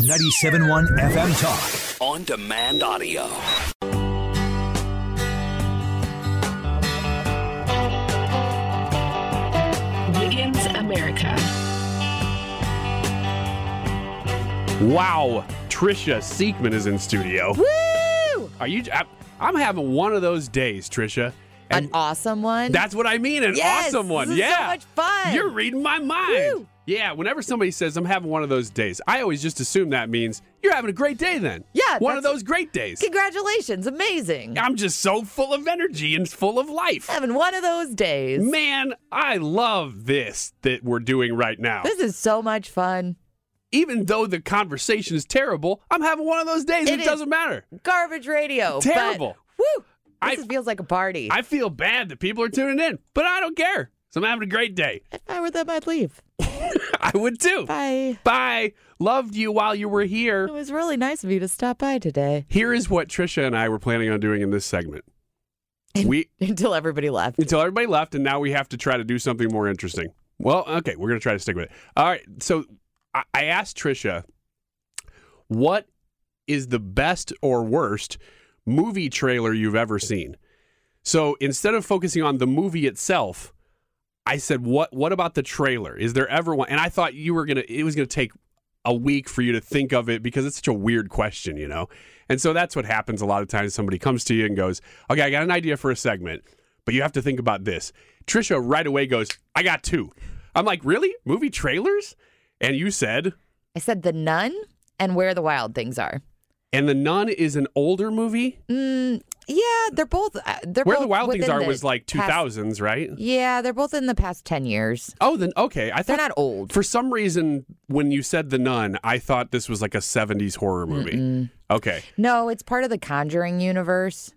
97.1 FM Talk. On demand audio. Wiggins America. Wow, Trisha Siekman is in studio. Woo! Are you? I, I'm having one of those days, Trisha. An awesome one. That's what I mean. An Yes, awesome one. this is so yeah. much fun. You're reading my mind. Woo. Yeah. Whenever somebody says I'm having one of those days, I always just assume that means you're having a great day. Then. Yeah, One of that's- those great days. Congratulations. Amazing. I'm just so full of energy and full of life. Having one of those days. Man, I love this that we're doing right now. This is so much fun. Even though the conversation is terrible, I'm having one of those days. It It, is. doesn't matter. Garbage radio. but- Terrible. woo! I- This is- feels like a party. I feel bad that people are tuning in, but I don't care. So I'm having a great day. if I were them, I'd leave. I would too. Bye. Bye. Loved you while you were here. It was really nice of you to stop by today Here is what Trisha and I were planning on doing in this segment. We until everybody left. until everybody left, and now we have to try to do something more interesting. Well, okay, we're gonna try to stick with it. All right. So I, I asked Trisha, what is the best or worst movie trailer you've ever seen? So instead of focusing on the movie itself, I said, "What? What about the trailer? Is there ever one?" And I thought you were gonna. It was gonna take a week for you to think of it because it's such a weird question, you know. And so that's what happens a lot of times. Somebody comes to you and goes, "Okay, I got an idea for a segment, but you have to think about this." Trisha right away goes, "I got two. I'm like, "Really? Movie trailers?" And you said, I said the nun and where the wild things are. Mm, "And the Nun is an older movie. Yeah, they're both. Uh, they're Where the both Wild Things within Are the was like past- 2000s, right?" Yeah, they're both in the past ten years. Oh, then okay. I They're thought not old. For some reason, when you said The Nun, I thought this was like a 70s horror movie. Okay. No, it's part of the Conjuring universe.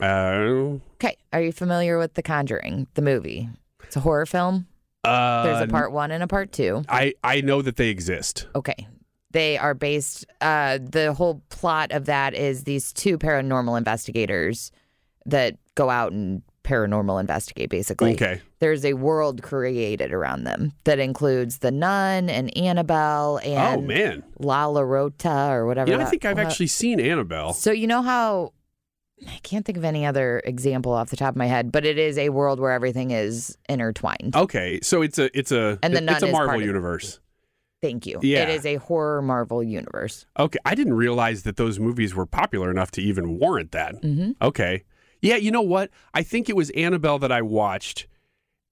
Uh, Okay, are you familiar with The Conjuring, the movie? It's a horror film. uh, There's a part one and a part two. I, I know that they exist. Okay. They are based, uh, the whole plot of that is these two paranormal investigators that go out and paranormal investigate, basically. Okay. There's a world created around them that includes the nun and Annabelle and oh, man. La La Rota or whatever. You know, I that- think I've well, actually seen Annabelle. So, you know how I can't think of any other example off the top of my head, but it is a world where everything is intertwined. Okay, so it's a it's a And The it- Nun it's a is Marvel part of- universe. Thank you. Yeah. It is a horror Marvel universe. Okay, I didn't realize that those movies were popular enough to even warrant that. Mhm. Okay. Yeah, you know what? I think it was Annabelle that I watched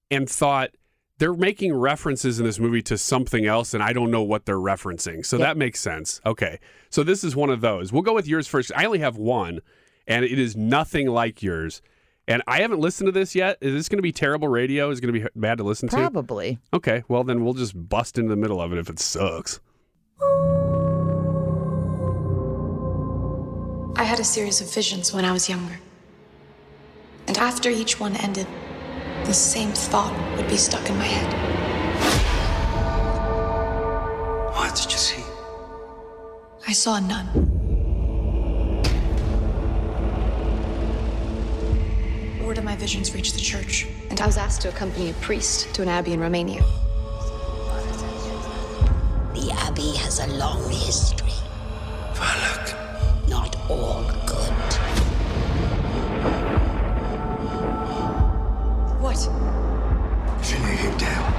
and thought they're making references in this movie to something else, and I don't know what they're referencing. So Yeah. that makes sense. Okay. So this is one of those. We'll go with yours first. I only have one, and it is nothing like yours. And I haven't listened to this yet. Is this going to be terrible radio? Is it going to be h- bad to listen to? Probably. Okay. Well, then we'll just bust into the middle of it if it sucks. I had a series of visions when I was younger. And after each one ended, the same thought would be stuck in my head. What did you see? I saw a nun. Word of my visions reached the church, and I was asked to accompany a priest to an abbey in Romania. The Abbey has a long history. Valak. Not all good. What? If you knew him down.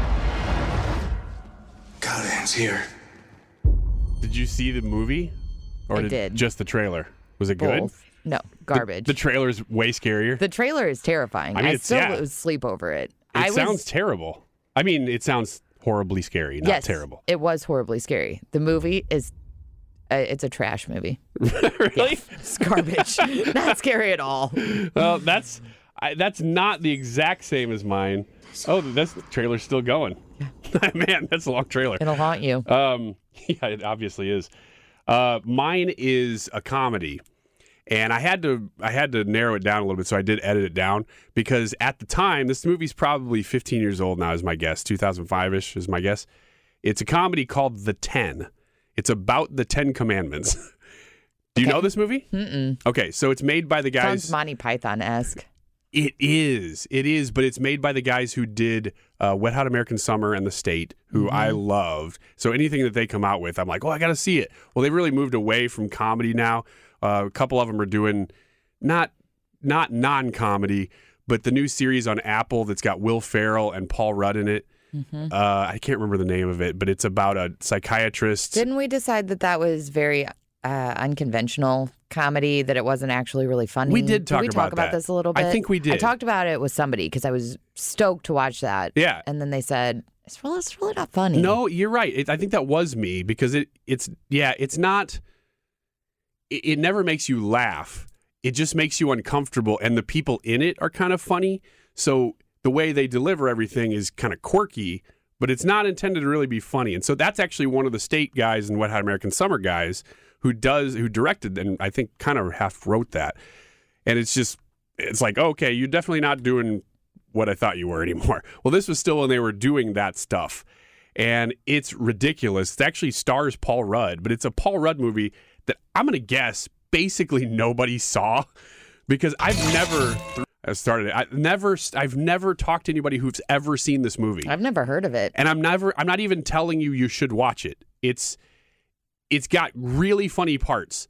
God's here. Did you see the movie? Or I did. Just the trailer. Was it good? Both. No, The- garbage. The, trailer's way scarier. The trailer is terrifying. I I, mean, it's- still yeah. lose sleep over it. it I sounds was, terrible. I mean, it sounds horribly scary, not yes, terrible. It was horribly scary. The movie is, uh, it's a trash movie. really? It's garbage. Not scary at all. well, that's I, that's not the exact same as mine. Oh, that's the trailer's still going. Man, that's a long trailer. It'll haunt you. Um, yeah, it obviously is. Uh, mine is a comedy, and I had to I had to narrow it down a little bit, so I did edit it down because at the time this movie's probably 15 years old now, is my guess. 2005 ish is my guess. It's a comedy called The Ten. It's about the Ten Commandments. Do you know this movie? Mm-mm. Okay, so it's made by the guys. Sounds Monty Python esque. It is. It is, but it's made by the guys who did uh, Wet Hot American Summer and The State, who I loved. So anything that they come out with, I'm like, oh, I got to see it. Well, they've really moved away from comedy now. Uh, a couple of them are doing not not non comedy, but the new series on Apple that's got Will Ferrell and Paul Rudd in it. Uh, I can't remember the name of it, but it's about a psychiatrist. Didn't we decide that that was very uh, unconventional comedy? That it wasn't actually really funny. We did talk we about talk about that. this a little I bit. think we I did. talked about it with somebody because I was stoked to watch that. Yeah. And then they said it's really, it's really not funny. No, you're right. It, I think that was me because it it's yeah, it's not. It, it never makes you laugh. It just makes you uncomfortable, and the people in it are kind of funny. So the way they deliver everything is kind of quirky, but it's not intended to really be funny. And so that's actually one of the state guys and Wet Hot American Summer guys who does who directed and I think kind of half wrote that. And it's just it's like okay, you're definitely not doing what I thought you were anymore. Well, this was still when they were doing that stuff. And it's ridiculous. It actually stars Paul Rudd, but it's a Paul Rudd movie that I'm going to guess basically nobody saw because I've never I started it. I never I've never talked to anybody who's ever seen this movie. I've never heard of it. And I'm never I'm not even telling you you should watch it. It's it's got really funny parts,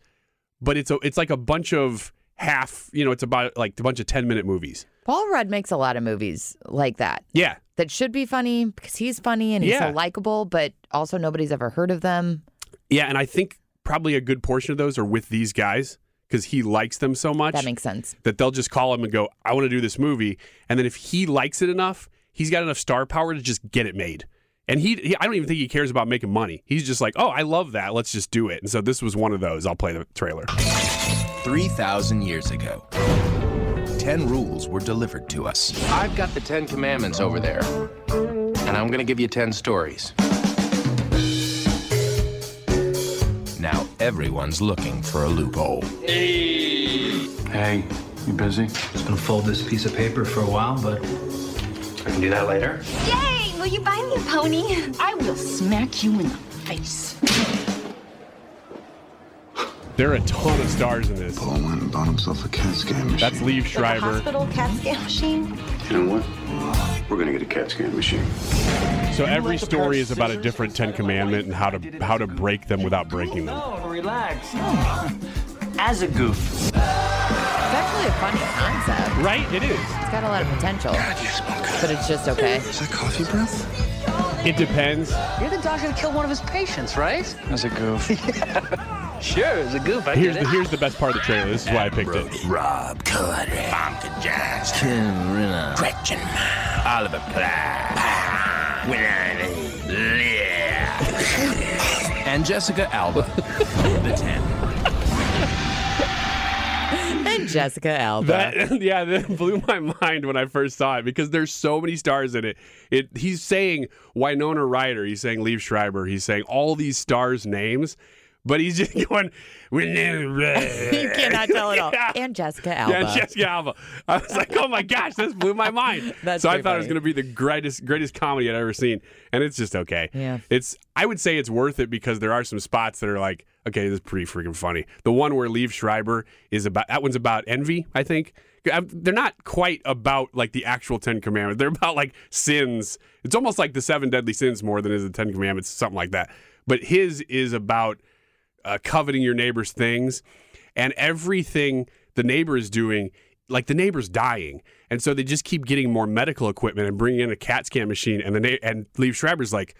but it's a it's like a bunch of half, you know, it's about like a bunch of 10-minute movies. Paul Rudd makes a lot of movies like that Yeah. that should be funny because he's funny and he's Yeah. so likable, but also nobody's ever heard of them. Yeah, and I think probably a good portion of those are with these guys because he likes them so much That makes sense. that they'll just call him and go, "I want to do this movie," and then if he likes it enough, he's got enough star power to just get it made. And he, he I don't even think he cares about making money. He's just like, "Oh, I love that. Let's just do it." And so this was one of those. I'll play the trailer. 3,000 years ago, 10 rules were delivered to us. I've got the Ten Commandments over there, and I'm gonna give you ten stories. Now everyone's looking for a loophole. Hey, you busy? Just gonna fold this piece of paper for a while, but I can do that later. Yay! Will you buy me a pony? I will smack you in the face. There are a ton of stars in this. Paul went and bought himself a CAT scan machine. That's Liev Schreiber. Hospital Oh, CAT scan machine. You know what? We're gonna get a CAT scan machine. So every story is about a different Ten Commandment and how to how to break them without breaking them. Oh, relax. As a goof. It's actually a funny concept. Right? It is. It's got a lot of potential. But it's just okay. Is that coffee breath? It depends. You're the doctor that killed one of his patients, right? As a goof. Sure, as a goof. I Here's get the it. here's the best part of the trailer. This is why I picked it. Rob Corddry, Bonka Johnson, Tim Renner, Gretchen Mile, Oliver Platt, Willie Lear, and Jessica Alba. the 10. And Jessica Alba. That, yeah, that blew my mind when I first saw it because there's so many stars in it. It he's saying Winona Ryder, he's saying Liev Schreiber, he's saying all these stars' names, but he's just going Winona Ryder. you cannot tell at all. And Jessica Alba. Yeah, Jessica Alba. I was like, oh my gosh, this blew my mind. That's so I pretty thought it was funny. going to be the greatest greatest comedy I'd ever seen, and it's just okay. Yeah. it's I would say it's worth it because there are some spots that are like, okay, this is pretty freaking funny. The one where Liev Schreiber is about that one's about envy, I think. I- They're not quite about like the actual Ten Commandments. They're about like sins. It's almost like the seven deadly sins more than it is the Ten Commandments, something like that. But his is about uh, coveting your neighbor's things and everything the neighbor is doing like the neighbor's dying and so they just keep getting more medical equipment and bringing in a cat scan machine and the na- and Liev Schreiber's like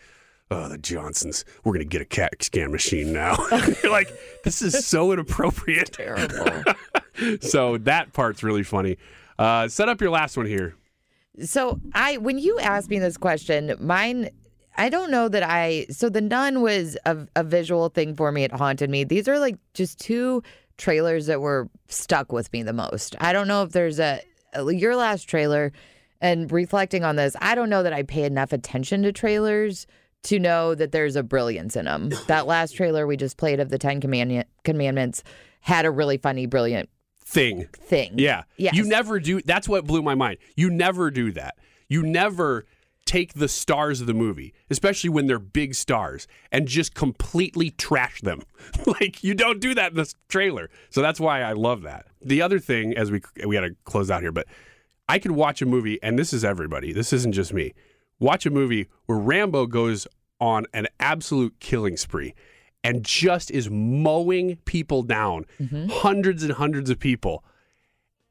oh, the Johnsons, we're going to get a CAT scan machine now. You're like, this is so inappropriate. Terrible. so that part's really funny. Uh, set up your last one here. So I when you asked me this question, mine I don't know that I so the nun was a, a visual thing for me. It haunted me. These are like just two trailers that were stuck with me the most. I don't know if there's a your last trailer and reflecting on this, I don't know that I pay enough attention to trailers to know that there's a brilliance in them. That last trailer we just played of the 10 commandment, commandments had a really funny brilliant Thing. thing. Yeah. Yes. You never do. That's what blew my mind. You never do that. You never take the stars of the movie, especially when they're big stars, and just completely trash them. like you don't do that in this trailer. So that's why I love that. The other thing, as we we got to close out here, but I could watch a movie, and this is everybody. This isn't just me. Watch a movie where Rambo goes on an absolute killing spree and just is mowing people down, hundreds and hundreds of people.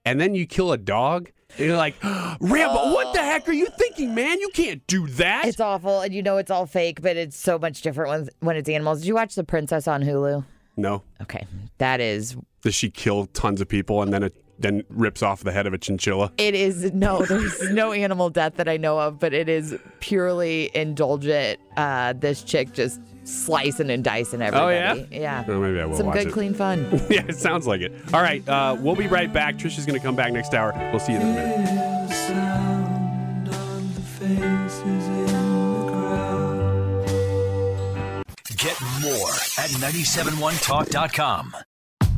And then you kill a dog, and you're like, Rambo, what the heck are you thinking, man? You can't do that. It's awful, and you know it's all fake, but it's so much different when, when it's animals. Did you watch The Princess on Hulu? No. Okay. That is. Does she kill tons of people and then it then rips off the head of a chinchilla? It is no, there's no animal death that I know of, but it is purely indulgent. Uh, this chick just slicing and dicing Oh, everybody. yeah? yeah. Oh, maybe I will Some watch good, it. clean fun. yeah, it sounds like it. All right, uh, we'll be right back. Trisha's going to come back next hour. We'll see you in a minute. Get more at 971talk.com.